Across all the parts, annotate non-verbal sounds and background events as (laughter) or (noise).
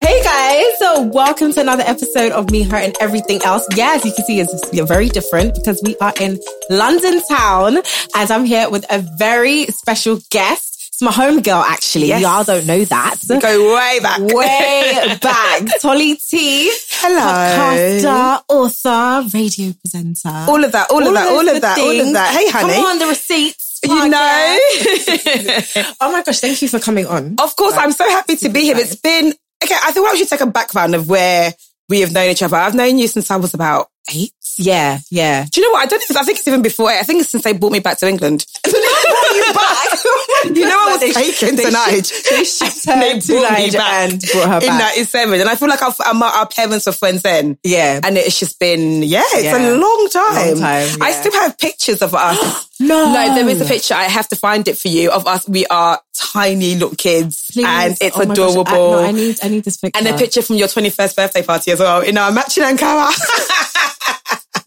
Hey guys, so welcome to another episode of Me, Her, and Everything Else. Yeah, as you can see, it's very different because we are in London town and I'm here with a very special guest. It's my home girl, actually. Yes. Y'all don't know that. go way back. (laughs) Way back. Tolly T. Hello. Podcaster, author, radio presenter. All of that, all, of that, those all of good that, all things. of that. Hey, honey. Come on, the receipts. You know? Oh, podcast. oh my gosh, thank you for coming on. Of course, I'm so happy to be here. It's been, okay, I think we should take a background of where we have known each other. I've known you since I was about eight. Yeah, yeah. Do you know what? I don't think, I think it's even before eight. I think it's since they brought me back (laughs) to England. you know, (laughs) I was taken to Nige. They shipped (laughs) And her they to brought me Niger back and brought her in back. 97. And I feel like our, um, our parents were friends then. yeah. And it's just been, yeah, it's Yeah. a long time. Long time, I yeah. still have pictures (gasps) of us. (gasps) No. No, there is a picture. I have to find it for you of us. We are tiny little kids Please. and it's Oh my gosh, adorable. I, no, I need, I need this picture. and a picture from your 21st birthday party as well in our (laughs) matching Ankara.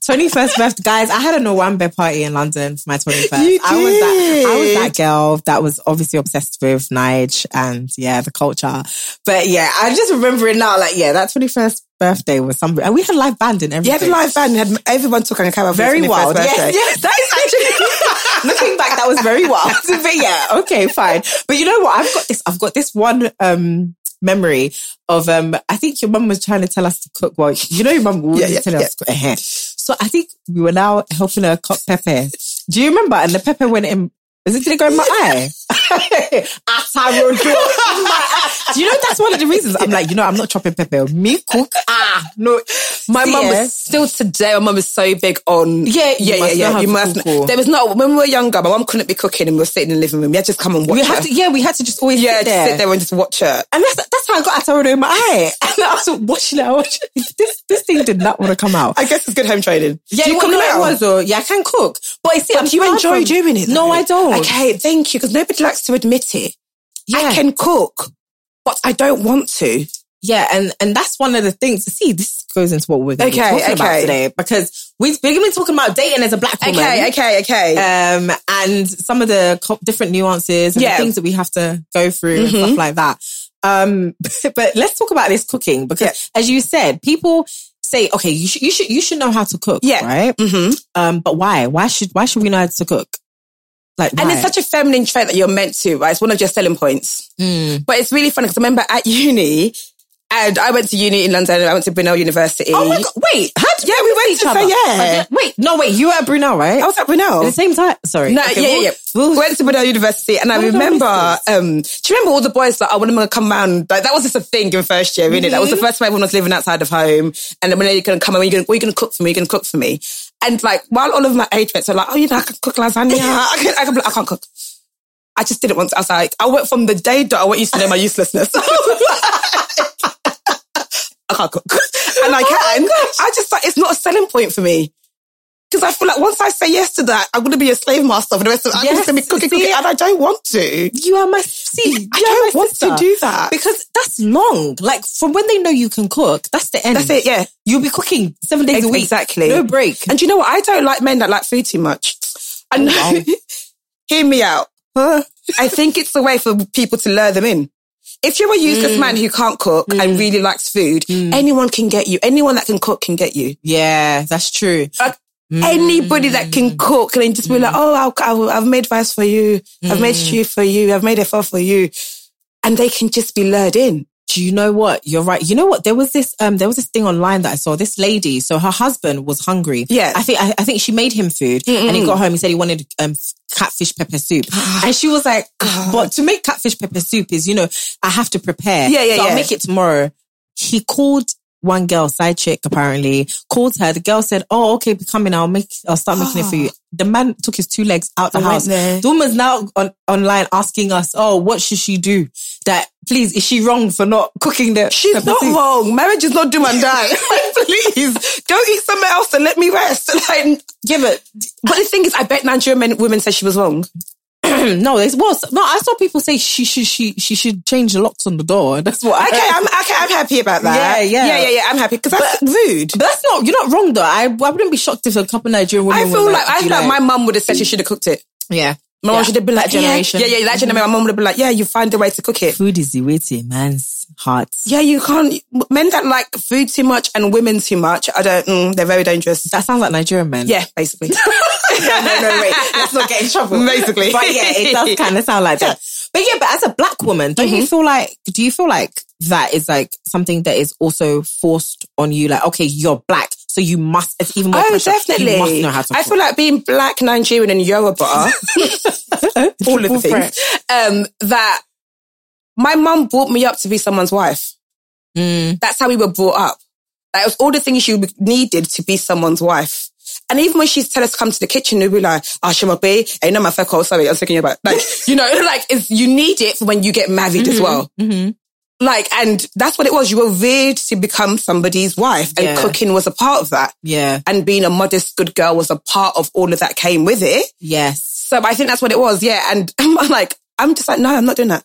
21st birthday, guys. I had an Owambe party in London for my 21st. You I was that, I was did. that girl that was obviously obsessed with Nige and yeah, the culture. But yeah, I just remember it now. Like, yeah, that 21st birthday was something. And we had live band and you everything. had a live band and had everyone took Ankara for Very his 21st wild. birthday. Yes, yes, that is actually (laughs) looking back, that was very wild. (laughs) But yeah, okay, fine. But you know what? I've got this. I've got this one um memory of um. I think your mum was trying to tell us to cook. Well, you know, your mum was Yeah, yeah, telling yeah. Uh-huh. us to cook. Eh, eh. So I think we were now helping her cook pepper. Do you remember? And the pepper went in. Is it did it go in my eye? (laughs) As I will do. in my eye. Do you know that's one of the reasons I'm like, you know, I'm not chopping pepper. Me cook. Ah, no. My See, mum eh? was still today. My mum is so big on Yeah, you yeah, must yeah, know how yeah. You to must. cook, know. or- There was no when we were younger. My mum couldn't be cooking, and we were sitting in the living room. We had to just come and watch. We her. had to, yeah, we had to just always yeah, sit just there. sit there and just watch her. And that's, that's how I got Ataro in my eye. And I (laughs) was watching it. I watched it. This, this thing did not want to come out. I guess it's good home training. Do you cook know what now? it was though? Yeah, I can cook. But you see, I'm Do you far enjoy from- doing it? No, though? I don't. Okay, thank you. Because nobody likes to admit it. Yeah. I can cook, but I don't want to. Yeah, and and that's one of the things. See, this goes into what we're going to Okay, be talking about okay. today because we've been talking about dating as a black woman. okay, okay. Um, and some of the co- different nuances and the Yeah. things that we have to go through and stuff like that. Um, (laughs) but let's talk about this cooking because, as you said, people say, okay, you should, you should, you should know how to cook, Yeah. right? hmm Um, but why? Why should why should we know how to cook? Like, And it's such a feminine trait that you're meant to, right? It's one of your selling points. But it's really funny because I remember (laughs) at uni, and I went to uni in London. and I went to Brunel University. oh my god! Wait, how did Yeah, we went each to other? Fair, Like, yeah. Wait, no, wait, you were at Brunel, right? I was at at Brunel. the same time. Sorry, No, Okay, yeah, we'll- yeah, yeah. we'll- (laughs) Went to Brunel University, and I Hold on, remember. what Um, do you remember all the boys that I wanted to come round? Like, that was just a thing in first year, really. That was the first time everyone was living outside of home, and (laughs) then when they're going to come, when are you going? What are you going to cook for me? Are you going to cook for me? And like, while all of my age mates are like, "Oh, you know, I can cook lasagna. I can, I can, I can't cook." I just didn't want to. I was like, I went from the day that I went used to know my uselessness. (laughs) Oh I can't cook. And I can. I just like, it's not a selling point for me. Because I feel like once I say yes to that, I'm going to be a slave master for the rest of. I'm Yes, just going to be cooking, see? cooking, and I don't want to. You are my see. I you are don't my want sister. to do that. because that's long. Like from when they know you can cook, that's the end. That's it, yeah. You'll be cooking seven days a week. Exactly. No break. And do you know what? I don't like men that like food too much. I know. (laughs) Hear me out. Oh, I think it's a way for people to lure them in. If you're a useless man who can't cook and really likes food, anyone can get you. Anyone that can cook can get you. yeah, that's true. Like, Anybody that can Mm. cook and then just be like, oh, I'll, I'll, I've made rice for you. I've made Mm. stew for you. I've made a pho for you. And they can just be lured in. do you know what? You're right. You know what? There was this um there was this thing online that I saw. This lady, so her husband was hungry. Yeah. I think I, I think she made him food and he got home. He said he wanted um catfish pepper (sighs) soup. and she was like, But to make catfish pepper soup is, you know, I have to prepare. Yeah, yeah, so yeah. I'll make it tomorrow. He called one girl, side chick apparently, called her. The girl said, Oh, okay, be coming, I'll make I'll start making it for (gasps) you. The man took his two legs out the I went house. there. The woman's now on online asking us, Oh, what should she do? That please, is she wrong for not cooking the She's the not soup? wrong. Marriage is not do (laughs) and die. (laughs) Please, go eat somewhere else and let me rest. (laughs) Like, Yeah, but but the thing is, I bet Nigerian men, women said she was wrong. no, it was no. I saw people say she should she she should change the locks on the door. That's what. Okay, I, (laughs) I'm okay. I'm happy about that. Yeah, yeah. yeah, yeah. yeah I'm happy because that's rude. but that's not. You're not wrong though. I I wouldn't be shocked if a couple Nigerian women. I were feel like, I be feel like, my mum would have said she should have cooked it. yeah. My mum should have been like, That yeah, generation. Yeah, yeah, that generation. My mum would have been like, yeah, you find a way to cook it. Food is the way to a man's heart. Yeah, you can't. Men that like food too much and women too much, I don't. Mm, they're very dangerous. That sounds like Nigerian men. yeah, basically. (laughs) no, no, wait, let's not get in trouble. Basically. But yeah, it (laughs) does kind of sound like that. Mm-hmm. But yeah, but as a black woman, don't you feel like, do you feel like that is like something that is also forced on you? Like, okay, you're black, so you must, it's even more Oh, pressure. definitely. You must know how to I cook. feel like being black, Nigerian, (laughs) and Yoruba, all of the Triple threat. things, um, that my mum brought me up to be someone's wife. Mm. That's how we were brought up. That was all the things you needed to be someone's wife. And even when she's tell us to come to the kitchen, we'll be like, oh, Shimabe, I know my fuck oh, sorry, I'm taking you back. Like, (laughs) you know, like, it's, you need it for when you get married Mm-hmm, as well. Like, and that's what it was. You were reared to become somebody's wife and Yeah. cooking was a part of that yeah. (laughs) and being a modest good girl was a part of all of that came with it. Yes. So I think that's what it was. Yeah. And (laughs) I'm like, I'm just like, no, I'm not doing that.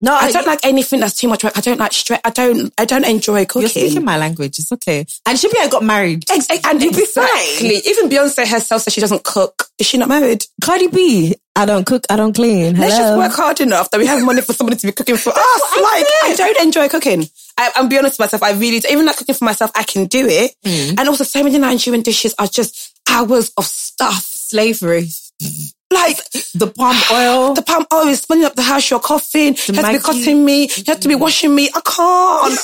No, I don't like anything that's too much work. I don't like stress. I don't, I don't enjoy cooking. You're speaking my language. It's okay. And should be I got married. Ex- and you'll be Exactly. Even Beyonce herself says she doesn't cook. Is she not married? Cardi B, I don't cook, I don't clean. Hello. Let's just work hard enough that we have money for somebody to be cooking for us. Like, I don't enjoy cooking. I, I'm be honest with myself. I really, even like cooking for myself, I can do it. Mm. And also, so many Nigerian dishes are just hours of stuff. Slavery. Like, The palm oil. the palm oil is spinning up the house, you're coughing, you have to be Maggie. cutting me, you have to be washing me. I can't.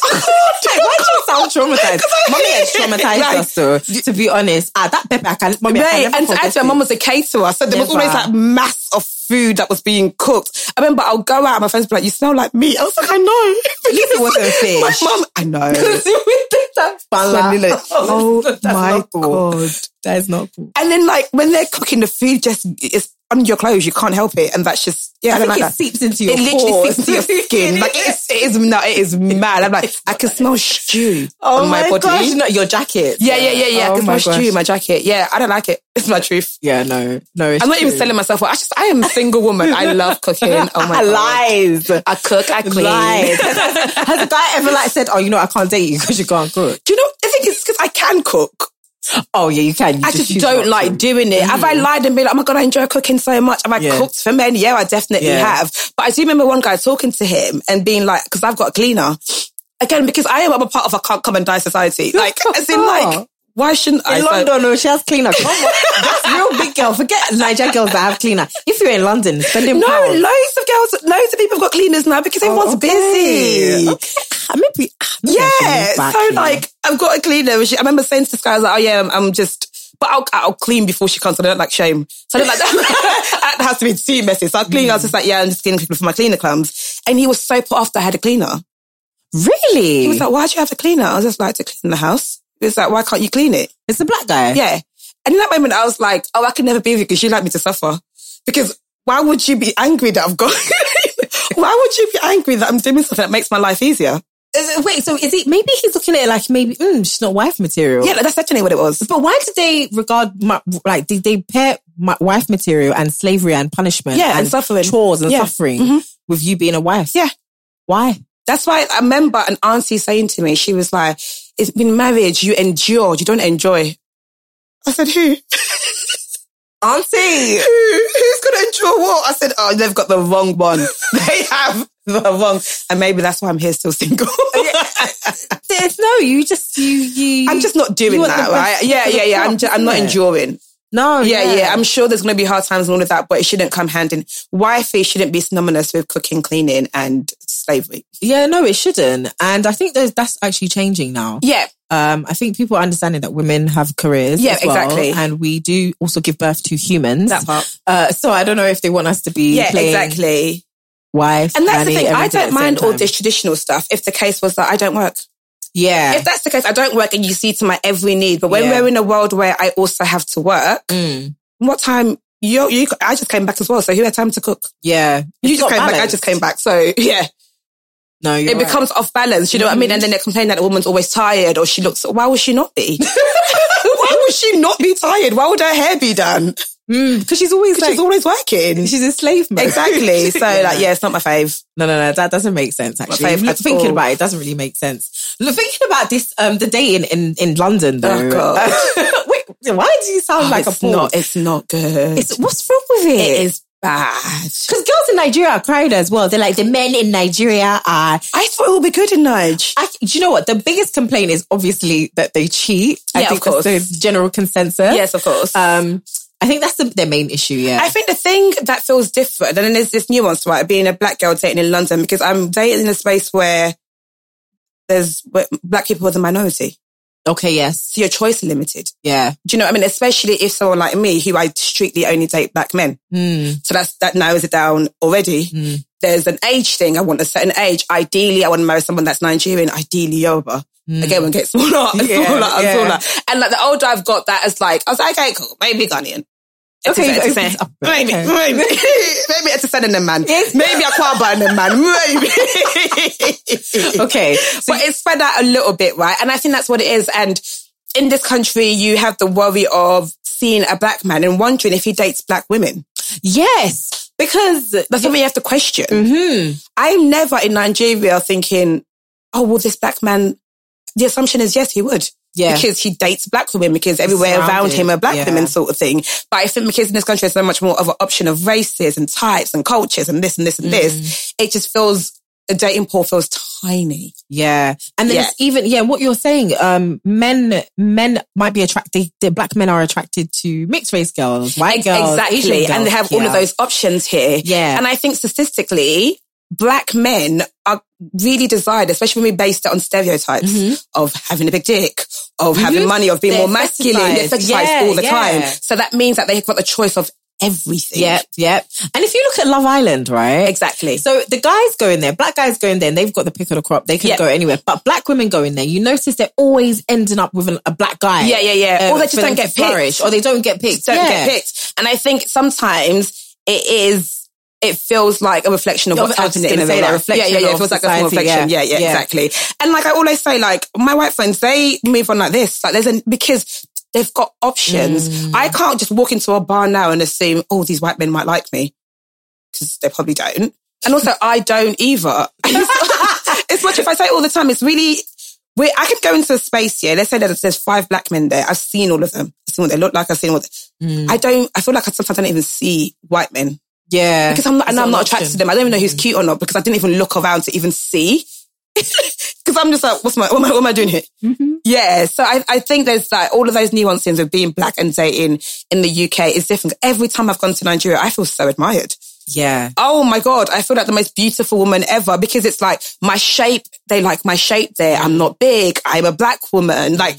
(laughs) I can't. Mm. (laughs) Why do you sound traumatized? (laughs) 'Cause I- Mommy has (laughs) traumatized (laughs) Like, us, though. To be honest, ah, that pepper, I can. Mommy, I can Right, never and forget actually, my it. mum was a caterer, so there was Never. always like mass of food that was being cooked. I remember I'll go out, and my friends would be like, "You smell like meat." I was like, (laughs) "I know." At least it wasn't fish. My mum, I (laughs) know. (laughs) That's Suddenly, (laughs) like, Oh my not cool. god, that is not cool. And then, like when they're cooking, the food just is on your clothes. You can't help it, and that's just yeah. I, I don't think like it that. seeps into your It literally pores. sticks to your (laughs) skin. Like it is, it is, no, it is mad. I'm like, I can smell stew Oh on my, my, body. gosh, no, your jacket. Yeah, yeah, yeah, yeah. Oh Because my my stew, gosh. my jacket. Yeah, I don't like it. It's my truth. Yeah, no, no. I'm not even selling myself. out. I just, I am a single woman. I (laughs) love cooking. Oh my god. lies. I cook. I clean. (laughs) Lies. Has a guy ever like said, "Oh, you know, I can't date you because you can't cook"? Do you know? The thing is, because I can cook. Oh yeah, you can. You I just, choose not don't to. like doing it. Have I lied and been like, oh my God, I enjoy cooking so much? Have I Mm. Yeah. cooked for men? Yeah, I definitely Yeah. have. But I do remember one guy talking to him and being like, because I've got a cleaner. Again, because I am I'm a part of a can't come and die society. Like, as in, like, why shouldn't I? In So- London, no, she has cleaner. Come (laughs) on. That's real big girl. Forget Niger girls that have cleaner. If you're in London, spend them no, pounds. loads of girls, loads of people have got cleaners now because everyone's busy. Oh, Okay. Ah, Maybe, ah, maybe I should Yeah. move back So here. like, I've got a cleaner. which I remember saying to this guy, I was like, oh yeah, I'm, I'm just, but I'll, I'll clean before she comes. I don't like shame. So I don't like that. (laughs) that has to be too messy. So I clean. I was just like, yeah, I'm just cleaning for my cleaner clumps. And he was so put off that I had a cleaner. really? He was like, why do you have a cleaner? I was just like, to clean the house. He was like, why can't you clean it? it's a black guy. Yeah. And in that moment, I was like, oh, I can never be with you because you like me to suffer. Because why (laughs) would you be angry that I've got, why would you be angry that I'm doing something that makes my life easier? Is it- Wait, so is he? Maybe he's looking at it like maybe mm, she's not wife material. Yeah, like, that's definitely what it was. but why did they regard my, like did they pair my wife material and slavery and punishment? Yeah, and suffering. chores and Yeah. Mm-hmm. suffering with you being a wife. Yeah. why? That's why I remember an auntie saying to me, she was like, it's been marriage, you endured, you don't enjoy. I said, who? (laughs) auntie. Who, who's going to endure what? I said, oh, they've got the wrong one. (laughs) they have the wrong. And maybe that's why I'm here still single. (laughs) There's no, you just you you. I'm just not you doing want the that, best right? Yeah, for the yeah, yeah. I'm, crop, ju- I'm not isn't it? enduring. No, yeah, Oh, yeah, I'm sure there's going to be hard times and all of that, but it shouldn't come hand in. Wifey shouldn't be synonymous with cooking, cleaning, and slavery. yeah, no, it shouldn't. And I think there's, that's actually changing now. Yeah, Um, I think people are understanding that women have careers. Yeah, as well, exactly. And we do also give birth to humans. That part. Uh, so I don't know if they want us to be yeah, playing exactly. wife. And that's the nanny, thing. I everything at don't the same mind all time. this traditional stuff if the case was that I don't work. Yeah. If that's the case, I don't work and you see to my every need. But when Yeah. we're in a world where I also have to work, Mm. what time? You, you, I just came back as well. So who had time to cook? yeah. You It's just not came back. I balanced. just came back. So (laughs) yeah, No, you're it right. becomes off balance. You know what I mean? And then they complain that the woman's always tired or she looks, why would she not (laughs) be? (laughs) why would she not be tired? Why would her hair be done? because she's always like She's always working. she's in slave mode. (laughs) Exactly. So like, yeah, it's not my fave. No, no, no, that doesn't make sense. Actually, fave Look, at thinking all. about it doesn't really make sense. Look, thinking about this, um, the dating in in London though. Oh, God. (laughs) Wait, why do you sound like Oh, it's a porn? not, it's not good. It's- what's wrong with it? it is bad. Because girls in Nigeria are cried as well. They're like, the men in Nigeria are. I thought it would be good in Nige. I, do you know what? The biggest complaint is obviously that they cheat. I Yeah, think of course. That's the general consensus. Yes, of course. Um, I think that's the, their main issue. Yeah. Uh, I think the thing that feels different, and then there's this nuance, right? Being a black girl dating in London, because I'm dating in a space where there's where black people are the minority. okay. Yes. So your choice is limited. Yeah. Do you know what I mean? Especially if someone like me, who I strictly only date black men. Hmm. So that's, that narrows it down already. There's an age thing. I want a certain age. Ideally, I want to marry someone that's Nigerian. Ideally, Yoruba. Again, when it gets (laughs) smaller and Hmm. Yeah, smaller and yeah. smaller. And like the older I've got that as like, I was like, okay, cool. Maybe Ghanaian. Okay, Maybe, you've opened it up. (laughs) maybe, Okay. maybe, (laughs) maybe it's a sending man. Maybe a Kwabanan man. (laughs) Maybe. (laughs) Okay. So but it's spread out a little bit, right? And I think that's what it is. And in this country, you have the worry of seeing a black man and wondering if he dates black women. yes, Mm-hmm. because That's something you have to question. I'm never in Nigeria thinking, oh, well, this black man, the assumption is yes, he would. Yeah. Because he dates black women, because everywhere around surrounded, him are black yeah. women, sort of thing. But I think because in this country, there's so much more of an option of races and types and cultures and this and this and this, Mm. it just feels, the dating pool feels tiny. Yeah. And then Yeah. it's even, yeah, what you're saying, um, men, men might be attracted, the black men are attracted to mixed race girls, white girls. exactly. Asian girls. and they have all Yeah. of those options here. Yeah. And I think statistically, black men are really desired, especially when we base it on stereotypes of having a big dick, of having money, of being Mm-hmm. They're more masculine. sexualized. They're sexualized Yeah, all the yeah. time. So that means that they've got the choice of everything. Yep, yep. And if you look at Love Island, right? Exactly. So the guys go in there, black guys go in there, and they've got the pick of the crop. They can Yeah. go anywhere. But black women go in there. You notice they're always ending up with an, a black guy. Yeah, yeah, yeah. Or they just for them don't to get picked. Oh, flourish, Or they don't get picked. don't Yeah. get picked. And I think sometimes it is, it feels like a reflection of Yeah, what's I was just happening gonna in real say that, life. reflection yeah, yeah, yeah. of It feels like a small society, reflection. yeah, Yeah, yeah, yeah. exactly. And like I always say, like my white friends, they move on like this. Like there's a because they've got options. I can't just walk into a bar now and assume, oh, these white men might like me because they probably don't. And (laughs) also, I don't either. (laughs) it's much if I say it all the time. It's really. we I could go into a space here. Let's say that there's five black men there. I've seen all of them. I've seen what they look like. I've seen what. They, I don't. I feel like I sometimes don't even see white men Yeah. because I'm not. It's And I'm an not attracted to them. I don't even know who's cute or not because I didn't even look around to even see. (laughs) Because I'm just like, what's my what, am I, what am I doing here? Mm-hmm. Yeah. So I, I think there's like all of those nuances of being black and dating in the UK is different. Every time I've gone to Nigeria, I feel so admired Yeah. oh my god i feel like the most beautiful woman ever because it's like my shape they like my shape there i'm not big i'm a black woman like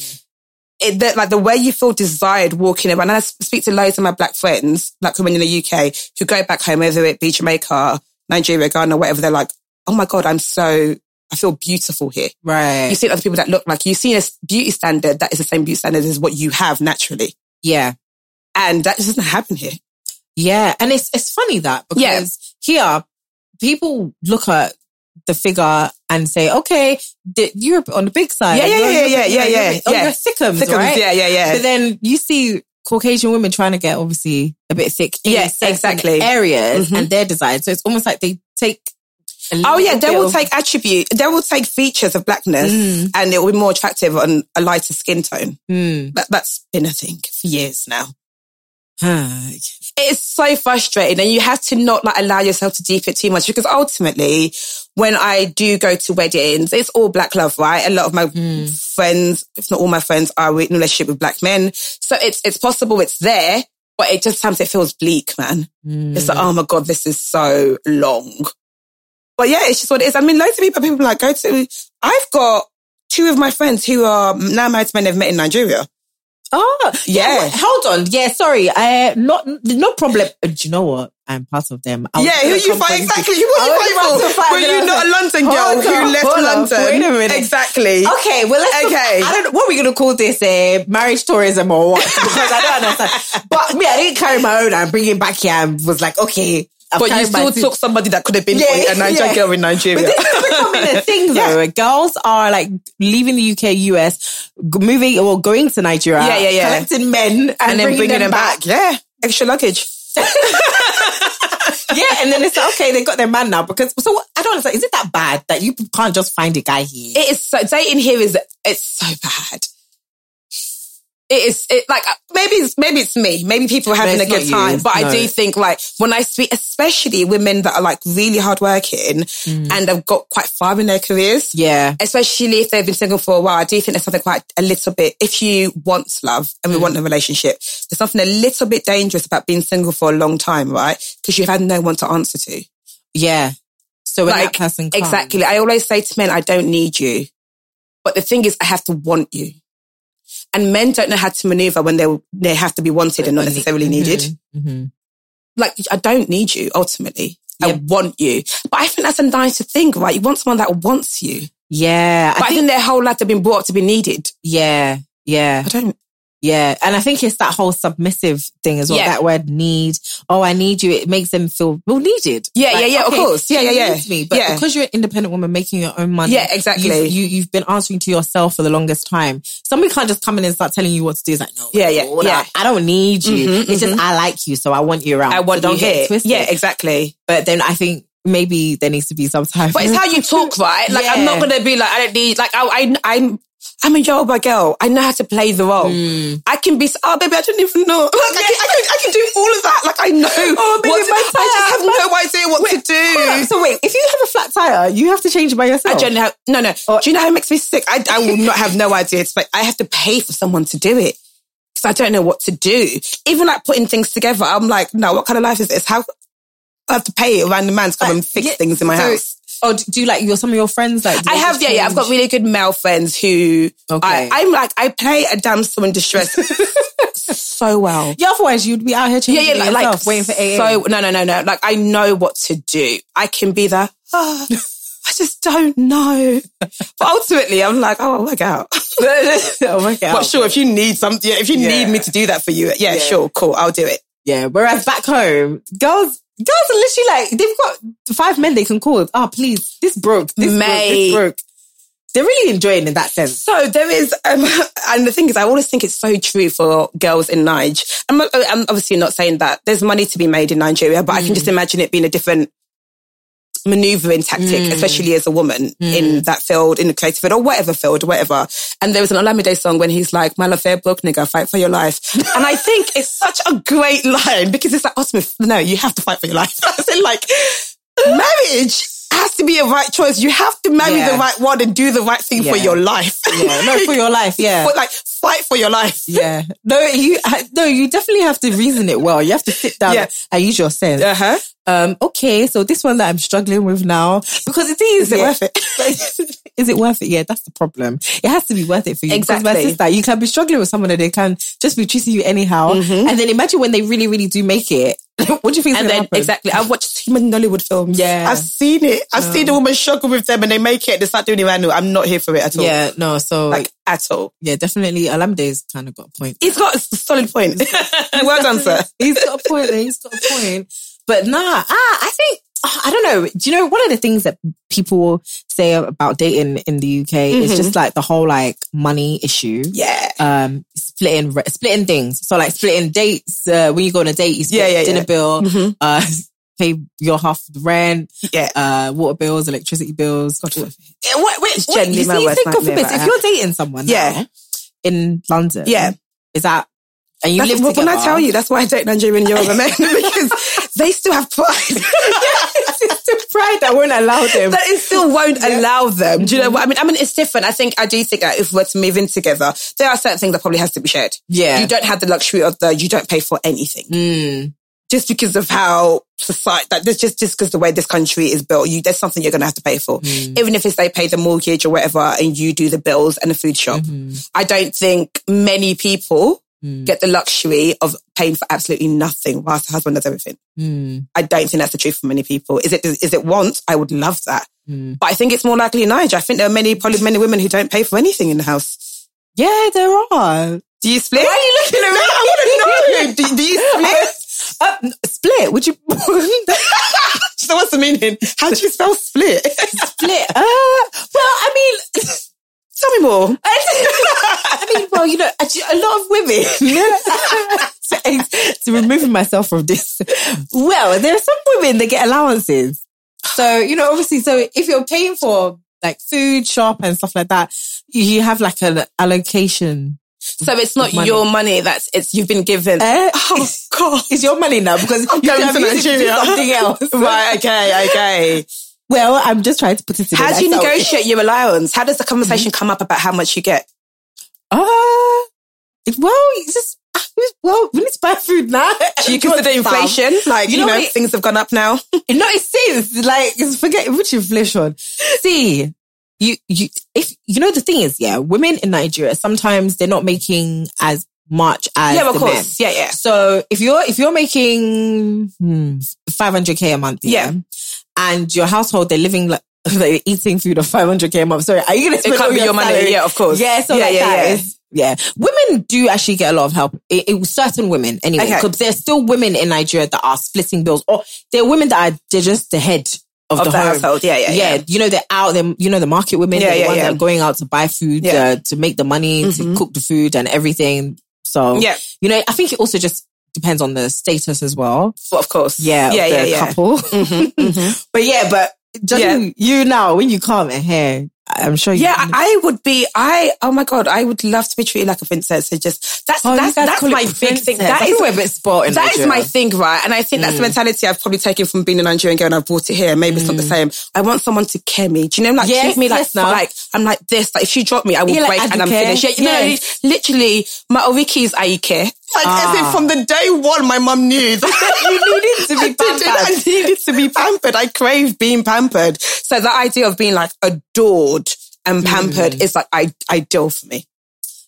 it, the, like the way you feel desired walking around and i s- speak to loads of my black friends black women in the uk who go back home whether it be jamaica nigeria ghana whatever they're like oh my god i'm so i feel beautiful here Right. you see other people that look like you see a s- beauty standard that is the same beauty standard as what you have naturally yeah. and that just doesn't happen here Yeah, and it's it's funny that because here people look at the figure and say, okay, the, you're on the big side. Yeah, yeah, You're- yeah, you're- yeah, yeah, you're- yeah, Oh, yeah. you're thickums, Thickums, right? yeah, yeah, yeah. But then you see Caucasian women trying to get obviously a bit thick in Yeah, certain exactly. Mm-hmm. areas and their design. So it's almost like they take. a Oh yeah, little they bit will of- take attribute. They will take features of blackness, and it will be more attractive on a lighter skin tone. That, that's been a thing (sighs) for years now. Oh, It is so frustrating, and you have to not like allow yourself to deep it too much because ultimately, when I do go to weddings, it's all black love, right? A lot of my friends, if not all my friends, are in a relationship with black men, so it's it's possible it's there, but it just sometimes it feels bleak, man. It's like, oh my god, this is so long. But yeah, it's just what it is. I mean, loads of people, people like go to. I've got two of my friends who are now married to men they've met in Nigeria. Oh, Yeah. wait, hold on. Yeah, sorry. I not no problem. Uh, Do you know what? I'm part of them. I was Yeah, who gonna you come fight for- exactly? Who are I you was about fighting to for? fight, Were then I you was not a like, London girl hold who up, left hold up, London? Wait a minute. Exactly. Okay, well, let's Okay. I don't. What are we gonna call this? Uh, marriage tourism or what? Because I don't (laughs) understand. But me, I didn't carry my own. I'm bringing back here. I was like, okay. I've But you carried my still two- took somebody that could have been for you, a Nigerian girl in Nigeria. But this is (laughs) becoming a thing though. Girls are like leaving the UK, US, g- moving or going to Nigeria. Yeah, yeah, yeah. Collecting men and, and then bringing them back. Yeah, extra luggage. yeah, and then it's like, okay, they got their man now because so what- I don't understand. Is it that bad that you can't just find a guy here? It is so dating here is it's so bad. It is it like uh, maybe it's maybe it's me. Maybe people are having it's a not good you, time. But no. I do think like when I speak, especially women that are like really hardworking and have got quite far in their careers. yeah, Especially if they've been single for a while, I do think there's something quite a little bit. If you want love and we want a relationship, there's something a little bit dangerous about being single for a long time, right? Because you've had no one to answer to yeah. So when that person comes, exactly. I always say to men, I don't need you, but the thing is, I have to want you. And men don't know how to maneuver when they they have to be wanted and not necessarily needed. Mm-hmm. Like I don't need you ultimately. I Yeah. want you, but I think that's a nicer thing, right? You want someone that wants you, Yeah, I but I think, think their whole life they've been brought up to be needed. yeah, yeah. I don't. Yeah. And I think it's that whole submissive thing as well. Yeah. That word need. Oh, I need you. It makes them feel well needed. Yeah, yeah, yeah, of course. Yeah, she yeah, yeah. needs Me. But Yeah. because you're an independent woman making your own money. Yeah, exactly. You've, you, you've been answering to yourself for the longest time. Somebody can't just come in and start telling you what to do. It's like, no. Yeah, yeah, hold yeah. Mm-hmm, up. I don't need you. it's just, I like you. So I want you around. I want so you don't get it here. twisted. Yeah, exactly. But then I think maybe there needs to be some time. But it's how you talk, right? Like I'm not Yeah. gonna be like I don't need like I, I I'm I'm a Yoruba girl. I know how to play the role. I can be s- oh baby, I don't even know. Like, I, can, I can I can do all of that. Like I (laughs) know. Oh, baby, what to- my I just have tire. no idea what to Hold up. do. (laughs) So wait, if you have a flat tire, you have to change it by yourself. I don't know. How, no, no. do you know how it makes me sick? I, I will not have no idea. It's like I have to pay for someone to do it because I don't know what to do. Even like putting things together, I'm like, no. What kind of life is this? How I have to pay a random man to come and fix Yeah, things in my so- house. Or do do you like your some of your friends like? do I they have, just yeah, yeah. I've got change? really good male friends who Okay. I, I'm like, I play a damsel (laughs) in distress so well. Yeah, otherwise you'd be out here Yeah, changing yeah, like, yourself, like waiting for AA. So no, no, no, no. Like I know what to do. I can be the. "Ah, I just (laughs) don't know. But ultimately, I'm like, oh, I'll work out. (laughs) oh my god! But sure, if you need something, yeah, if you Yeah. need me to do that for you, yeah, sure, cool, I'll do it. Yeah. Whereas back home, girls, girls are literally like they've got five men they can call. Oh, please, this broke. This Mate. broke. This broke. They're really enjoying in that sense. So there is, um, (laughs) and the thing is, I always think it's so true for girls in Nige. I'm, not- I'm obviously not saying that there's money to be made in Nigeria, but I can Mm. just imagine it being a different maneuvering tactic, Mm. especially as a woman in that field, in the creative field, or whatever field, whatever. And there was an Olamide song when he's like, "My love, fair book, nigga, fight for your life." and I think (laughs) it's such a great line because it's like, Osmith, no, you have to fight for your life. (laughs) I said, like, marriage. Has to be a right choice. You have to marry Yeah. the right one and do the right thing for Yeah. your life. Yeah, (laughs) no, for your life. (laughs) Yeah. But like, fight for your life. Yeah. No, you I- no, you definitely have to reason it well. You have to sit down Yeah. Uh-huh. and use your sense. huh. um, okay, so this one that I'm struggling with now, because the thing is, it yeah, (laughs) worth it? is it worth it? Yeah, that's the problem. It has to be worth it for you. Because my Exactly. sister, you can be struggling with someone and they can just be treating you anyhow. And then imagine when they really, really do make it. (laughs) what do you think? Mm-hmm. And then exactly, I've watched too many Nollywood films. Yeah. I've seen it. I've seen the woman struggle with them, and they make it. and They start doing it manual. I'm not here for it at all. Yeah, no, so like at all. yeah, definitely Alamede's kind of got a point. He's got a solid point. (laughs) well done, sir. He's got a point there, he's got a point. But nah, ah, I think I don't know. Do you know one of the things that people say about dating in the UK is just like the whole like money issue. Mm-hmm. Yeah. Um, splitting re- splitting things. So like splitting dates. Uh, when you go on a date, you split Yeah, yeah, dinner yeah. Mm-hmm. bill. Uh, (laughs) pay your half of the rent. Yeah. Uh, water bills, electricity bills. God, what, what, what, It's you generally my see, worst think of nightmare, it. right? If you're dating someone, Yeah. now in London, Yeah. is that and you That's- live when together? I tell you, that's why I don't Nigerian younger (laughs) men because they still have (laughs) pride. (laughs) pride that won't allow them. Mm-hmm. that it still won't allow them. Do you know what I mean? I mean, it's different. I think I do think that if we're to move in together, there are certain things that probably has to be shared. Yeah. Hmm. you don't have the luxury of the you don't pay for anything just because of how society that this just just because the way this country is built. You there's something you're going to have to pay for, Hmm. even if it's they pay the mortgage or whatever, and you do the bills and the food shop. Mm-hmm. I don't think many people. Hmm. Get the luxury of paying for absolutely nothing whilst the husband does everything. I don't think that's the truth for many people. Is it is it want? I would love that. But I think it's more likely Niger. I think there are many probably many women who don't pay for anything in the house. yeah, there are. Do you split? Why are you looking at me? I (laughs) want to know. Do, do you split? Uh, n- split? Would you (laughs) so what's the meaning? How do you spell split? (laughs) split? Uh, well, I mean, Tell me more. (laughs) I mean, well, you know, actually, a lot of women. (laughs) (laughs) to, ex- to removing myself from this, well, there are some women that get allowances. So you know, obviously, so if you're paying for like food, shop, and stuff like that, you have like an allocation. So it's not Money. your money. That's it's you've been given. Eh? (laughs) oh God, it's your money now because I'm you going can to use it do Nigeria. something else. (laughs) Right. Okay. Okay. Well, I'm just trying to put it together. How Mm-hmm. do you So- negotiate your allowance? How does the conversation come up about how much you get? Uh, it- well, it's just, (laughs) well, we need to buy food now. Do you consider inflation? Like you, know know what it- things have gone up now. No, it seems like, it's forget which inflation. See, you, you, if, you know, the thing is, yeah, women in Nigeria, sometimes they're not making as much as Yeah, of the course. Yeah, yeah. So if you're if you're making five hundred k a month, yeah, Yeah. and your household they're living like. (laughs) They're eating food of 500k a month. Sorry, are you going to spend can't all be your money. salary? Yeah, of course. Yeah, so Yeah, like yeah, that yeah. is- yeah. Women do actually get a lot of help. It, it- certain women, anyway, Okay. because there's still women in Nigeria that are splitting bills, or there are women that are they're just the head of, Of the, the home. household. Yeah, yeah, yeah. You know, they're out. Them, you know, the market women. Yeah, they're the yeah, ones yeah. that are going out to buy food Yeah. uh, Mm-hmm. to make the money to cook the food and everything. So Yeah. you know, I think it also just depends on the status as well. Well, of course. Yeah, Yeah. of Yeah. the Yeah. Mm-hmm, couple. (laughs) but yeah, but just Yeah. you- you now when you come here, I'm sure. You Yeah, I I would be. I oh my god, I would love to be treated like a princess. It just that's Oh, you that's guys that's call it my big thing. princess. That I is think we're a bit spoiled in That is Nigeria. Mm. my thing, right? And I think that's the mentality I've probably taken from being a Nigerian girl, and I've brought it here. Maybe it's not the same. I want someone to care me. Do you know, like Mm. Yes, treat me like yes, no. like I'm like this. Like if she dropped me, I will Yeah, like, break I and don't I'm care. finished. Yeah, you Yes. know, literally, my oriki is Aike. Like as Ah. if from the day one, my (laughs) mum (laughs) knew that You needed (laughs) to (laughs) be pampered. I didn't. I needed (laughs) to be pampered. I crave being pampered. So the idea of being like adored and pampered is like I, ideal for me.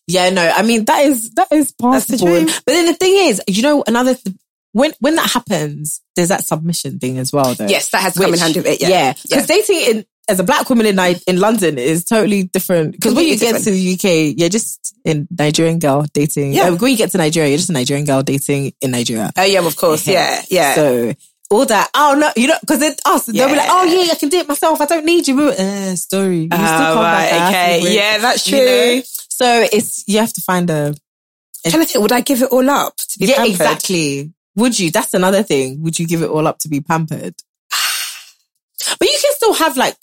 Yeah, no, I mean that is that is the possible. dream. But then the thing is, you know, another th- when when that happens, there's that submission thing as well. Though, Yes, that has to come in hand with it, yeah. Yeah. because dating in, as a black woman in Ni- in London is totally different. Because when you Completely get to the UK, you're just a Nigerian girl dating. Yeah. Uh, when you get to Nigeria, you're just a Nigerian girl dating in Nigeria. Oh yeah, of course. Yeah, yeah. So. All that, oh no, you know, because it us, they'll be like, Yeah. oh yeah, I can do it myself. I don't need you. Uh, story. You still Ah, come back right, and ask okay. me, Yeah, that's you know? true. So it's you have to find a Trying to think, would I give it all up to be yeah, pampered? exactly. Would you? That's another thing. Would you give it all up to be pampered? (sighs) But you can still have like.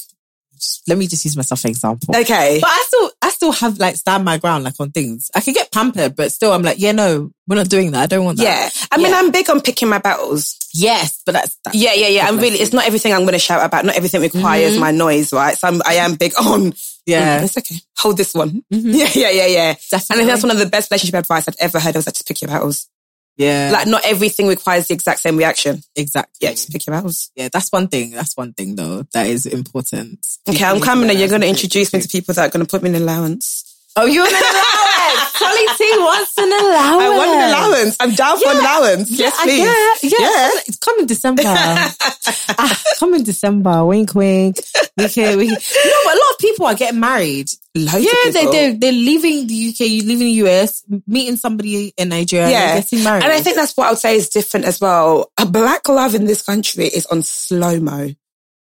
just- Let me just use myself for example. Okay. But I still, I still have like stand my ground like on things. I can get pampered, but still, I'm like, yeah, no, we're not doing that. I don't want that. yeah. I mean, Yeah. I'm big on picking my battles. yes, but that's, that's Yeah, yeah, yeah. I'm really, it's not everything I'm going to shout about. Not everything requires my noise, right? So I'm, I am big on, Yeah. "Mm, it's okay. Mm-hmm. Hold this one. (laughs) Yeah, yeah, yeah, yeah. And I Definitely. think that's one of the best relationship advice I've ever heard. I was like, just pick your battles. yeah, Like, not everything requires the exact same reaction. exactly. Yeah, just pick your battles. Yeah, that's one thing. That's one thing though that is important. Okay, I'm coming and you're going to Okay. introduce me to people that are going to put me in allowance. Oh, you're an (laughs) allowance. Polly T wants an allowance. I want an allowance. I'm down for an allowance. Yes, I- please. Yeah, yeah. Yeah. It's coming (laughs) December. ah, come in December. Wink, wink. We can, we can. You know, but a lot of people are getting married. Loads Yeah, of they people. do. They're leaving the UK, you're leaving the US, meeting somebody in Nigeria, yeah. Yeah. and getting married. And I think that's what I would say is different as well. A black love in this country is on slow mo.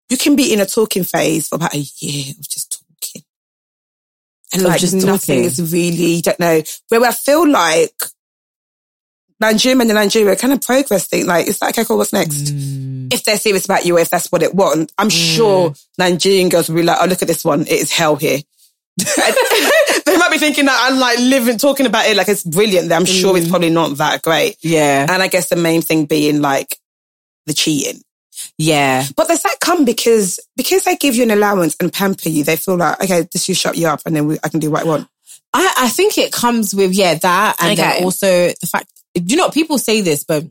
You can be in a talking phase for about a year of just talking. And Of like just nothing talking. is really, you don't know. Where I feel like Nigeria and Nigeria kind of progress thing. Like, it's like, okay, cool, what's next? If they're serious about you, if that's what it want, I'm sure Nigerian girls will be like, oh, look at this one. It is hell here. (laughs) they might be thinking that I'm like living, talking about it like it's brilliant. I'm sure it's probably not that great. yeah. And I guess the main thing being like the cheating. yeah. But does that come because because they give you an allowance and pamper you? They feel like okay, this you shut you up, and then we, I can do what I want. I, I think it comes with yeah that and then Okay. also the fact you know people say this but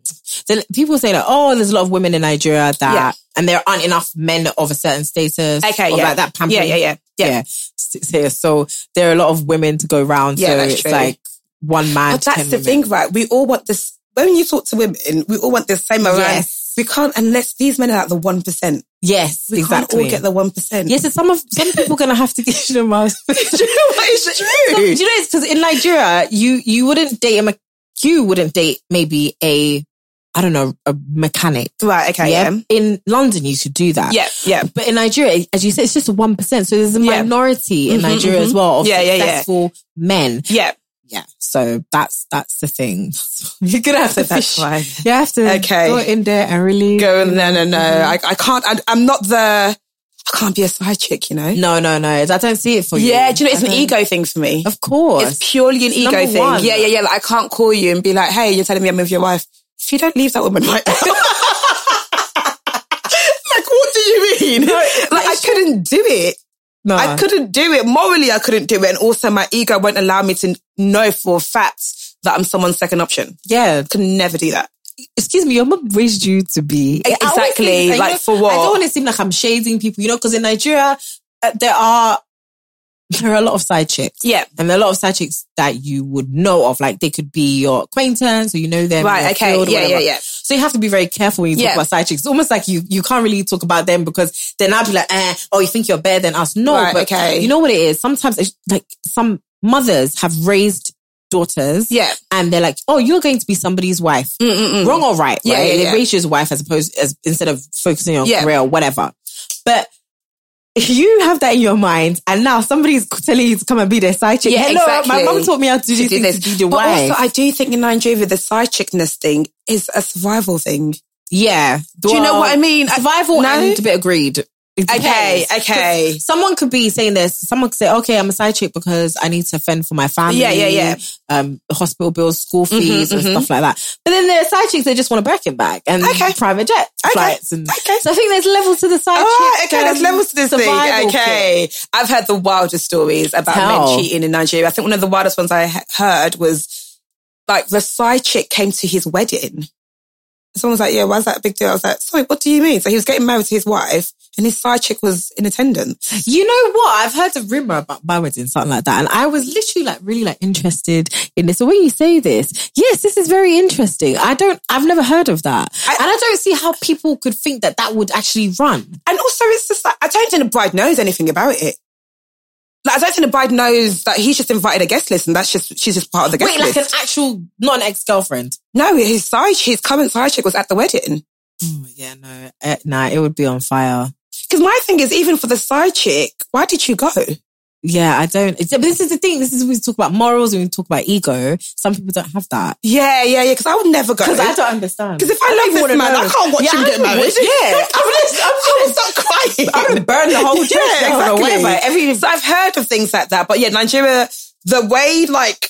the, people say that oh there's a lot of women in Nigeria that Yeah. and there aren't enough men of a certain status Okay, or yeah. like that pampering Yeah, yeah, yeah. Yeah. yeah s- here so there are a lot of women to go round Yeah, so that's it's true. like one man But to that's 10 the women. thing, right? We all want this. When you talk to women, we all want the same around. Yes. We can't unless these men are like the one percent. yes We exactly can't all get the one percent. yeah so some of some people gonna have to get (laughs) them out (laughs) do you know what is So, (laughs) true? do you know it's because in Nigeria, you you wouldn't date a me- you wouldn't date maybe a I don't know a mechanic. Right, okay, yeah. In London, you could do that. Yeah, yeah. But in Nigeria, as you said, it's just one percent. So there's a Yeah. minority in Nigeria as well of Yeah, yeah, yeah. successful men. yeah. Yeah. So that's that's the thing. (laughs) You're gonna have to. That's fish- why. You have to Okay. go in there and really Go no, no, no. I, Mm-hmm. I can't. I, I'm not the. I can't be a side chick. You know. No, no, no. I don't see it for you. Yeah, do you know it's I an don't- ego thing for me. Of course. It's purely an ego number thing. one. Yeah, yeah, yeah. Like I can't call you and be like, "Hey, you're telling me I'm with your wife." If you don't leave that woman right now, (laughs) like what do you mean? like I couldn't do it. No. I couldn't do it morally. I couldn't do it, and also my ego won't allow me to know for a fact that I'm someone's second option. Yeah. Can never do that. excuse me, your mom raised you to be E- I always exactly, think, you like, know, for what? I don't want to seem like I'm shading people, you know, because in Nigeria uh, there are (laughs) there are a lot of side chicks, Yeah. and there are a lot of side chicks that you would know of, like they could be your acquaintance or you know them, Right, in your okay, field or yeah, yeah, whatever. yeah. So you have to be very careful when you Yeah. talk about side chicks. It's almost like you you can't really talk about them because then I'll be like, eh, oh, you think you're better than us? No, Right, but okay. you know what it is. Sometimes it's like some mothers have raised daughters, Yeah. and they're like, oh, you're going to be somebody's wife wrong or right, Mm-hmm. Yeah, right? yeah, they yeah. raise you as wife as opposed as instead of focusing on Yeah. career or whatever. But you have that in your mind, and now somebody's telling you to come and be their side chick. Yeah, Hello, my exactly. mom taught me how to do these do things this. to be the but wife. also, I do think in Nigeria, the side chickness thing is a survival thing. yeah, Do you know what I mean? I- Survival No? and a bit of greed. It Okay, depends. okay. 'Cause Someone could be saying this. Someone could say, "Okay, I'm a side chick because I need to fend for my family. Yeah, yeah, yeah. Mm-hmm, Um, hospital bills, school fees, and stuff like that." But then there are side chicks. They just want a Birkin bag and Okay. private jet Okay, flights. And okay. so I think there's levels to the side All right, chick. okay, there's um, levels to this thing. survival kit. Okay. I've heard the wildest stories about Tell. men cheating in Nigeria. I think one of the wildest ones I he- heard was like the side chick came to his wedding. Someone was like, Yeah, why is that a big deal? I was like, Sorry, what do you mean? So he was getting married to his wife and his side chick was in attendance. You know what? I've heard a rumor about my wedding, something like that, and I was literally like really like interested in this. So when you say this, yes, this is very interesting. I don't, I've never heard of that, and I don't see how people could think that that would actually run. And also, it's just like, I don't think the bride knows anything about it. Like, I don't think the bride knows that he's just invited a guest list and that's just, she's just part of the guest Wait, like list. an actual, not an ex girlfriend. no, his side, his current side chick was at the wedding. Oh, yeah, no, uh, nah, it would be on fire. Because my thing is, even for the side chick, why did you go? Yeah, I don't. It's, but this is the thing. This is when we talk about morals, when we talk about ego. Some people don't have that Yeah, yeah, yeah. Because I would never go. because I don't understand. 'Cause if I love this man, I can't watch Yeah, him I get don't married. watch- yeah. I'm just, I'm just start crying. I would burn the whole dress yeah, down or exactly. whatever. Every- so I've heard of things like that, but yeah, Nigeria, the way like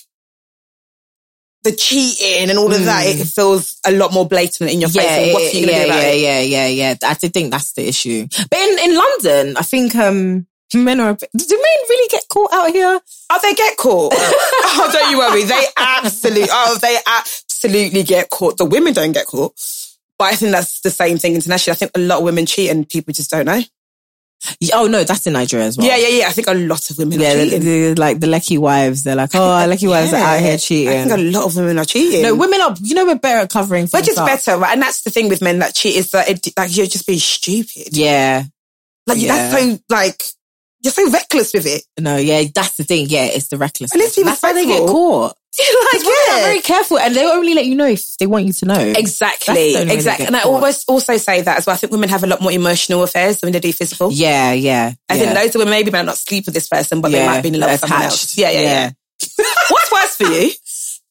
the cheating and all of that, it feels a lot more blatant in your face. and what are you yeah, gonna do about yeah, Mm. it? yeah, yeah, yeah. I do think that's the issue. But in, in London, I think um, men are. a bit- Do men really get caught out here? Oh, they get caught. oh, don't you worry. They absolutely, oh, they absolutely get caught. The women don't get caught. But I think that's the same thing internationally. I think a lot of women cheat and people just don't know. Yeah, Oh no, that's in Nigeria as well. Yeah, yeah, yeah. I think a lot of women yeah. are The, cheating. the, like the lecky wives, they're like, oh, our lecky wives are out Yeah. here cheating. I think a lot of women are cheating. No, women are. You know, we're better at covering. We're things just up. better, right? And that's the thing with men that cheat is that it, like you're just being stupid. Yeah, Like Yeah. that's so like You're so reckless (laughs) with it. No, yeah, that's the thing. Yeah, it's the reckless. At least thing. be that's why they get respectful. caught. like, They're yeah. very careful, and they only let you know if they want you to know. Exactly, That's the only way they exactly. get And I caught. always also say that as well. I think women have a lot more emotional affairs than they do physical. Yeah, yeah. I yeah. think loads of women maybe might not sleep with this person, but they Yeah, might be in love with someone attached. else. Yeah, yeah, yeah. (laughs) What's worse for you?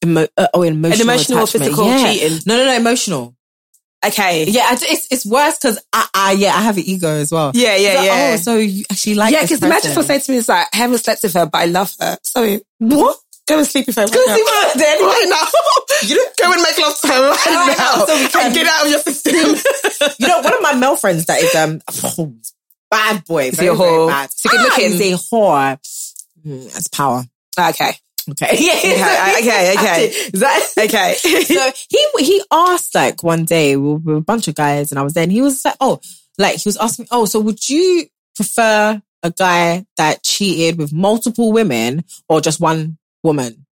Emo- uh, oh, emotional, An emotional or attachment. physical yeah. cheating? No, no, no, emotional. Okay. Yeah, I, it's it's worse because I, I yeah I have an ego as well. Yeah, yeah, It's like, yeah. Oh, so you actually like? yeah, this because imagine person. someone saying to me, it's like, I haven't slept with her, but I love her. Sorry, what? Go and sleep with her. Go and sleep with her then, right now. (laughs) You don't go and make love to her right, Right now, now. so we can- and get out of your system. You know, one of my male friends that is um oh, bad boy, Is very, he a very whore? bad. Is he good Ah, looking? he's a whore. Mm, that's power. okay. Okay. (laughs) Yeah. (laughs) Okay, okay, okay. Is that- (laughs) (laughs) Okay. so he he asked like one day we were with a bunch of guys and I was there and he was like oh like he was asking oh so would you prefer a guy that cheated with multiple women or just one woman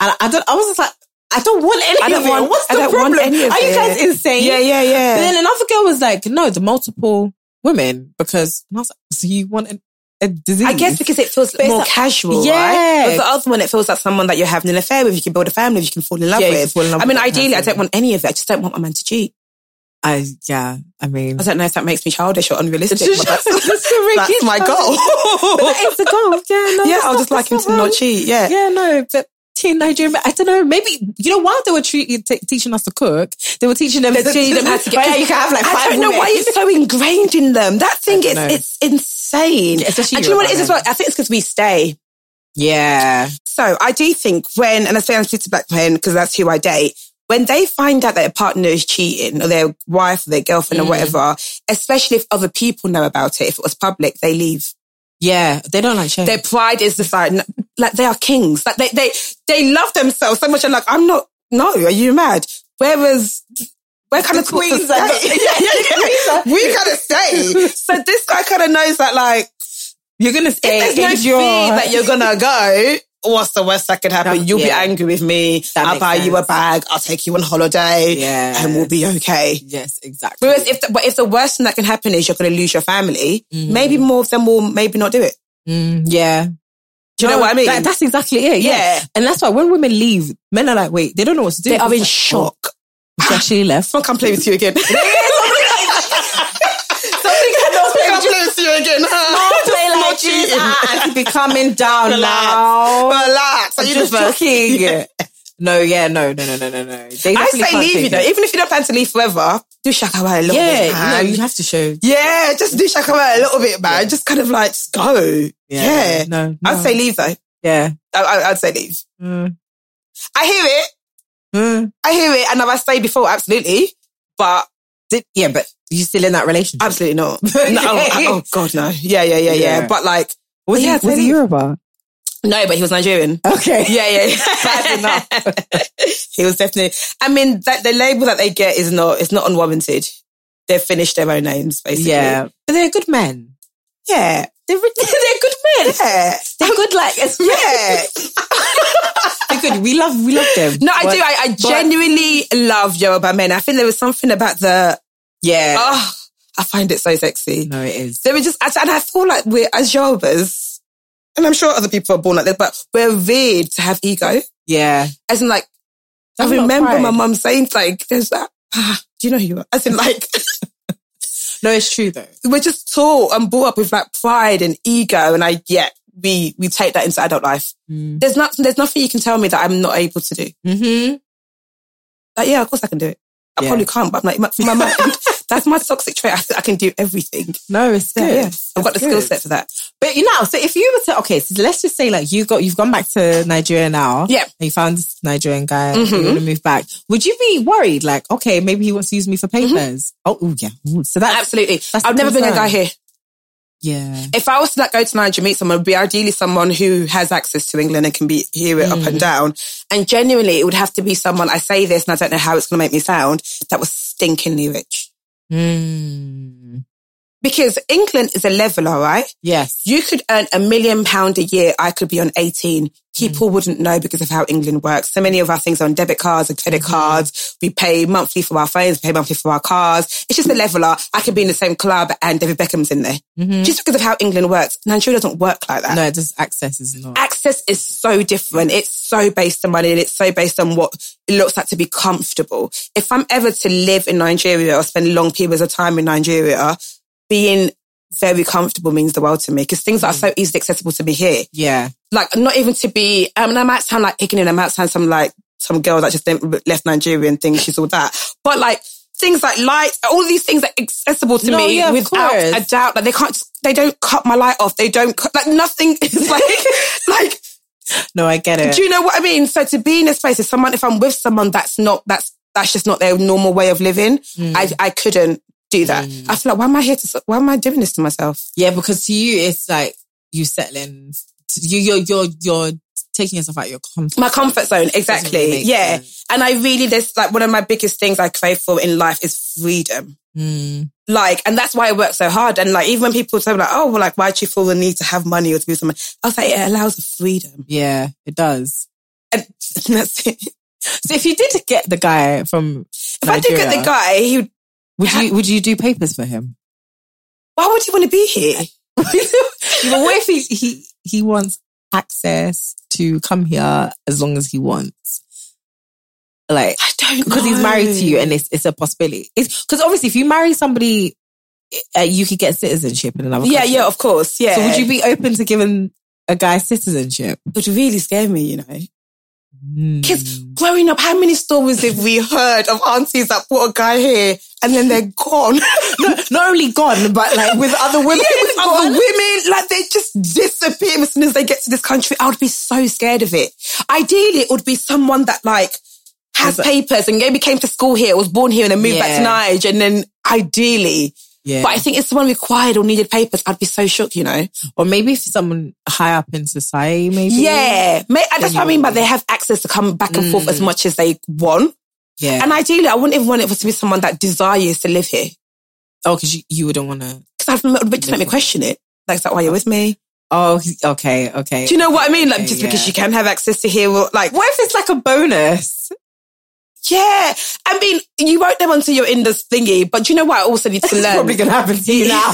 and I, I don't I was just like I don't want any I don't of it. want- What's I the don't want problem any of are you it. guys insane yeah, yeah, yeah. but then another girl was like no the multiple women because and I was like, so you want a, a disease (laughs) I guess because it feels But it's more like- casual, Yeah. right? With the other one, it feels like someone that you're having an affair with. You can build a family, with, you can fall in love Yeah, you can with. fall in love I with mean, that ideally, I person. don't want any of it. I just don't want my man to cheat. I yeah I mean I don't know if that makes me childish or (laughs) unrealistic, but that's, (laughs) That's the that's wicked my childish. (laughs) goal. it's a goal yeah no (laughs) that's yeah, I not- would just like that's him to not wrong. cheat. Yeah. (laughs) Yeah, no, but teen Nigerian, I don't know. Maybe you know while they were tre- t- teaching us to cook, they were teaching them, teaching them how (laughs) to get- Yeah, you can have like I five don't know women. why it's so ingrained in them. That thing is know. it's insane. especially and do you know what it is Europe, as well? I think it's because we stay. Yeah, So I do think when, and I say I'm speaking black men because that's who I date. When they find out that their partner is cheating or their wife or their girlfriend Mm. or whatever, especially if other people know about it, if it was public, they leave. yeah, they don't like shame. Their pride is just like, like they are kings. Like they, they, they love themselves so much. I'm like, I'm not, no, are you mad? Whereas, we're kind of taught to queens are stay. not- (laughs) yeah, yeah, yeah. The (laughs) queens are- We gotta stay. So this guy kind of knows that like, you're gonna stay. if there's no endure. fear that you're gonna go, what's the worst that could happen? That- You'll yeah. be angry with me. That I'll makes buy you a sense. bag. I'll take you on holiday, Yes. and we'll be okay. (laughs) Yes, exactly. Whereas if the, but if the worst thing that can happen is you're gonna lose your family, Mm-hmm. maybe more of them will maybe not do it. Mm, yeah. Do you know what I mean? That- that's exactly it. Yeah. Yeah. and that's why when women leave, men are like, wait, they don't know what to do. They are in Like, shock. oh, she actually left. Someone can play with you (laughs) again. Someone cannot play can with you. play with you again. Don't Just play not like this. (laughs) cheating. Ah, auntie, be (laughs) calming down Relax. now. Relax. Are you just (laughs) nervous? joking. Yeah. No, yeah, no, no, no, no, no, no. They I definitely say can't leave, take you know, it. even if you don't plan to leave forever, do shakawa a little bit. Yeah, man. no, you have to show. Yeah, just do shakawa a little bit, man. Just kind of like just go. Yeah, Yeah, no, no. I'd say leave though. I, Yeah. I, I'd say leave. Mm. I hear it. Mm. I hear it. And have I stayed before? Absolutely, but Did- yeah, but you still in that relationship? absolutely not. (laughs) no, oh, I- (laughs) oh God, no. Yeah, yeah, yeah, yeah. Yeah. But like, Was yeah, he? I'd say Was he leave. Yoruba? No, but he was Nigerian. Okay. (laughs) (laughs) Yeah, yeah, Bad yeah. Oh. enough. (laughs) he was definitely. I mean, that, the label that they get is not. It's not unwarranted. They've finished their own names, basically. Yeah, but they're good men. yeah. They're, (laughs) re- they're good men. Yeah. They're good. (laughs) Like Yeah. (laughs) they're good. We love. We love them. No, I But- do. I, I genuinely love Yoruba men. I think there was something about the, yeah. oh, I find it so sexy. no, it is. They were just, and I feel like we're, as Yorubas, and I'm sure other people are born like this, but we're reared to have ego. Yeah. As in like, That's I not remember pride. my mum saying like, there's that, ah, do you know who you are? As in like, (laughs) No, it's true though. we're just taught and brought up with like pride and ego. And I, yeah, we, we take that into adult life. Mm. There's not, there's nothing you can tell me that I'm not able to do. Mm-hmm. Like, yeah, of course I can do it. I Yeah. probably can't, but I'm like, my, my (laughs) mind, that's my toxic trait. I, think I can do everything. No, it's Yeah, good. yeah. I've got the It's skill good. set for that. But you know, so if you were to okay, so let's just say like you got you've gone back to Nigeria now. Yeah. Mm-hmm. And you found this Nigerian guy and you want to move back. Would you be worried? Like, okay, maybe he wants to use me for papers. Oh, ooh, yeah. Ooh, so that's Mm-hmm. Absolutely. that's the I've never been a concern. guy here. (laughs) Yeah. If I was to like go to Nigeria, meet someone, it would be ideally someone who has access to England and can be hear it up Mm. and down. And genuinely, it would have to be someone. I say this, and I don't know how it's going to make me sound. That was stinkingly rich. Mm. because England is a leveler, right? Yes. You could earn a million pound a year. I could be on 18. People wouldn't know because of how England works. So many of our things are on debit cards and credit cards. We pay monthly for our phones, pay monthly for our cars. It's just a leveler. I could be in the same club and David Beckham's in there. Just because of how England works. Nigeria doesn't work like that No, just access is not. access is so different. It's so based on money and it's so based on what it looks like to be comfortable. If I'm ever to live in Nigeria or spend long periods of time in Nigeria, being very comfortable means the world to me because things are so easily accessible to me here. Yeah. Like not even to be, um, and I might sound like ignorant. I might sound some like some girl that just then left Nigeria and thinks she's all that, but like things like lights, all these things are accessible to No, me yeah, of without course. a doubt. Like they can't, they don't cut my light off. They don't cut, like nothing is (laughs) like, like No, I get it. do you know what I mean? So to be in a space, if someone, if I'm with someone that's not, that's, that's just not their normal way of living, Hmm. I, I couldn't do that. I feel like, why am I here to, why am I doing this to myself? yeah, because to you, it's like you settling. You, you're, you're, you're taking yourself out of your comfort. My comfort zone, exactly. really make yeah. sense. And I really, this, like, one of my biggest things I crave for in life is freedom. Mm. Like, and that's why I work so hard. And like, even when people say like, oh, well, like, why do you feel the need to have money or to be someone? I was like, it allows the freedom. Yeah, it does. (laughs) And that's it. So if you did get the guy from, If I did get the guy, he would, would you would you do papers for him? why would you want to be here? (laughs) But what if he he he wants access to come here as long as he wants? Like I don't because he's married to you, and it's it's a possibility. It's because obviously if you marry somebody, uh, you could get citizenship in another. Yeah, country. yeah, of course. Yeah. So would you be open to giving a guy citizenship? would really scare me, you know. Mm. Because growing up, how many stories have we heard of aunties that brought a guy here and then they're gone? (laughs) No, not only gone, but like with other (laughs) women. Yeah, with other women, like they just disappear as soon as they get to this country. I would be so scared of it. Ideally, it would be someone that like has papers and maybe came to school here, was born here, and then moved back to Yeah. Nige, and then ideally. Yeah. But I think if someone required or needed papers, I'd be so shook, you know. or maybe if someone high up in society, maybe. Yeah, May, that's what I mean. But they have access to come back and forth as much as they want. Hmm. Yeah. And ideally, I wouldn't even want it to be someone that desires to live here. Oh, because you, you wouldn't want to. Because it would just make me question it. Like, is that why you're with me? Oh, he- okay, okay. (laughs) Do you know what I mean? Like, just Yeah. because you can have access to here, or, like, What if it's like a bonus? yeah. I mean, you won't know until you're in this thingy, but do you know what I also need to It's learn? probably gonna happen to (laughs) you now.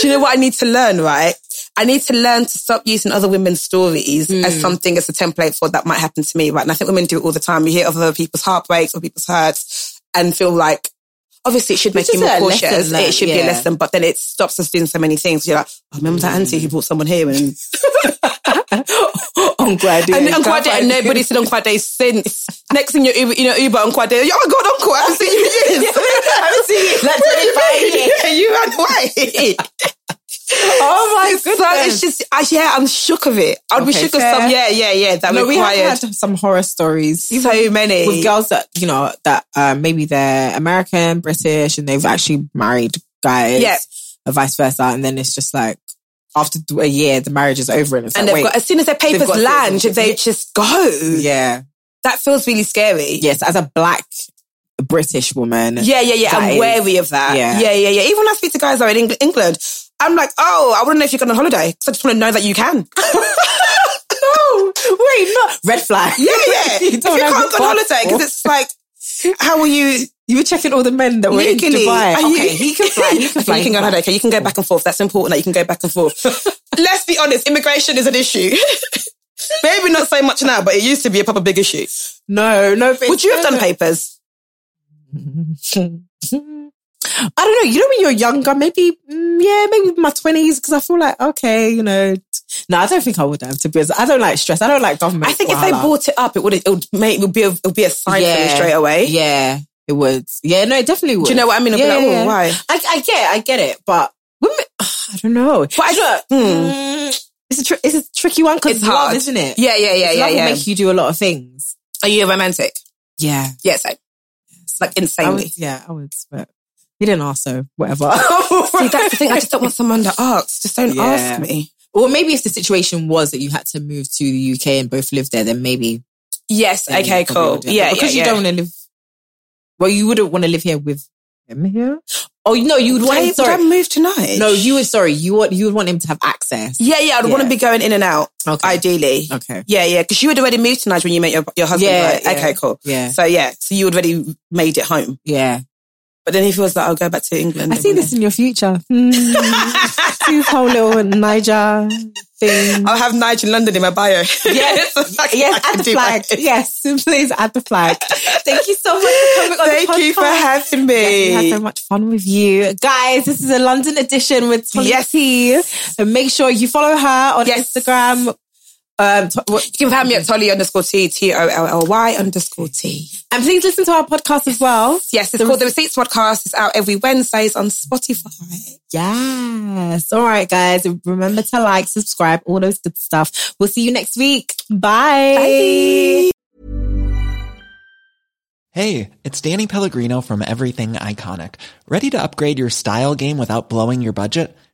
do you know what I need to learn, right? I need to learn to stop using other women's stories Hmm. as something as a template for that might happen to me, right? And I think women do it all the time. You hear other people's heartbreaks or people's hurts and feel like, obviously it should make Which you is more a cautious. lesson learned, it should be a yeah. lesson, but then it stops us doing so many things. You're like, oh, remember that auntie who brought someone (laughs) here and, on Guade. and Uncle (laughs) Ade, and nobody's seen Uncle Ade since. Next thing you're Uber, you know, Uber Uncle Ade, oh my God, Uncle, I haven't seen you (laughs) in years. (laughs) I haven't seen you. (laughs) Like What do you mean? You (laughs) ran away. Oh my So it's goodness. just, I, yeah, I'm shook of it. I'd be Okay, shook fair. of some, yeah, yeah, yeah, that No, we have required had some horror stories so many. with girls that you know that uh, maybe they're American, British, and they've actually married guys, Yeah. or vice versa, and then it's just like after a year, the marriage is over, and it's and like, they've wait, got, as soon as their papers got land, citizenship. they just go. yeah, That feels really scary. yes, as a black British woman, Yeah, yeah, yeah. That I'm is- wary of that. yeah. Yeah. yeah, yeah, Even when I speak to guys that are in Eng- England, I'm like, oh, I want to know if you're going on holiday because I just want to know that you (laughs) can. no, wait, not red flag. (laughs) yeah, yeah. You if (laughs) you don't have can't the go on holiday passport. because it's like, how are you? You were checking all the men that were Legally, in Dubai. are you- Okay, he can fly. He can fly. You he can go can on fly. holiday. Okay, you can go back and forth. That's important that you can go back and forth. (laughs) Let's be honest, immigration is an issue. (laughs) Maybe not so much now, but it used to be a proper big issue. No, no. but Would you have done it's- papers? (laughs) I don't know. You know, when you're younger, maybe, mm, yeah, maybe my twenties, because I feel like, okay, you know, t- no, I don't think I would have to be. honest. I don't like stress. I don't like government. I think if they wahala. brought it up, it would it would make it would be a, it would be a sign for me straight away. yeah, it would. Yeah, no, it definitely would. Do you know what I mean? I'd be yeah, like, yeah, oh, yeah. why? I, I get, I get it, but women, (sighs) I don't know. But I hmm. don't. Mm, It's a tr- it's a tricky one because It's love, hard, isn't it? Yeah, yeah, yeah, yeah, love yeah. will make you do a lot of things. Are you a romantic? Yeah. Yes, I. It's like I insanely. would, yeah, I would, but he didn't ask, so whatever. (laughs) See, that's the thing. I just don't want someone that asks. Just don't (laughs) Yeah. ask me. or maybe if the situation was that you had to move to the UK and both live there, then maybe. Yes. then okay. you probably Cool. wouldn't. Yeah. because yeah, you yeah. don't want to live. Well, you wouldn't want to live here with him here? Oh no, you would want Why him. would I Sorry, move tonight? no, you would. Sorry, you would. You would want him to have access. Yeah, yeah, I'd want to be going in and out, Okay. ideally. Okay. Yeah, yeah, because you had already moved to Nigeria when you met your, your husband, Yeah, right? yeah, okay, cool. yeah. So, yeah, so you already made it home. Yeah. But then if he was like, I'll go back to England. I see this in your (laughs) future. Hmm. See this whole little Niger thing. (laughs) I'll have Nigel in London in my bio. (laughs) Yes, Yes, add the (laughs) flag. Yes, (laughs) please add the flag. Thank you so much for coming on the Thank you for podcast. having We had me. so much fun with you. Guys, this is a London edition with Tolly Yes. T. And make sure you follow her on Yes. Instagram. Um, to- what- You can find me at Tolly underscore T, T O L L Y underscore T. and please listen to our podcast as well. Yes, it's called The Receipts Podcast. It's out every Wednesdays on Spotify. Yes. All right, guys. Remember to like, subscribe, all those good stuff. We'll see you next week. Bye. Hey, it's Danny Pellegrino from Everything Iconic. Ready to upgrade your style game without blowing your budget?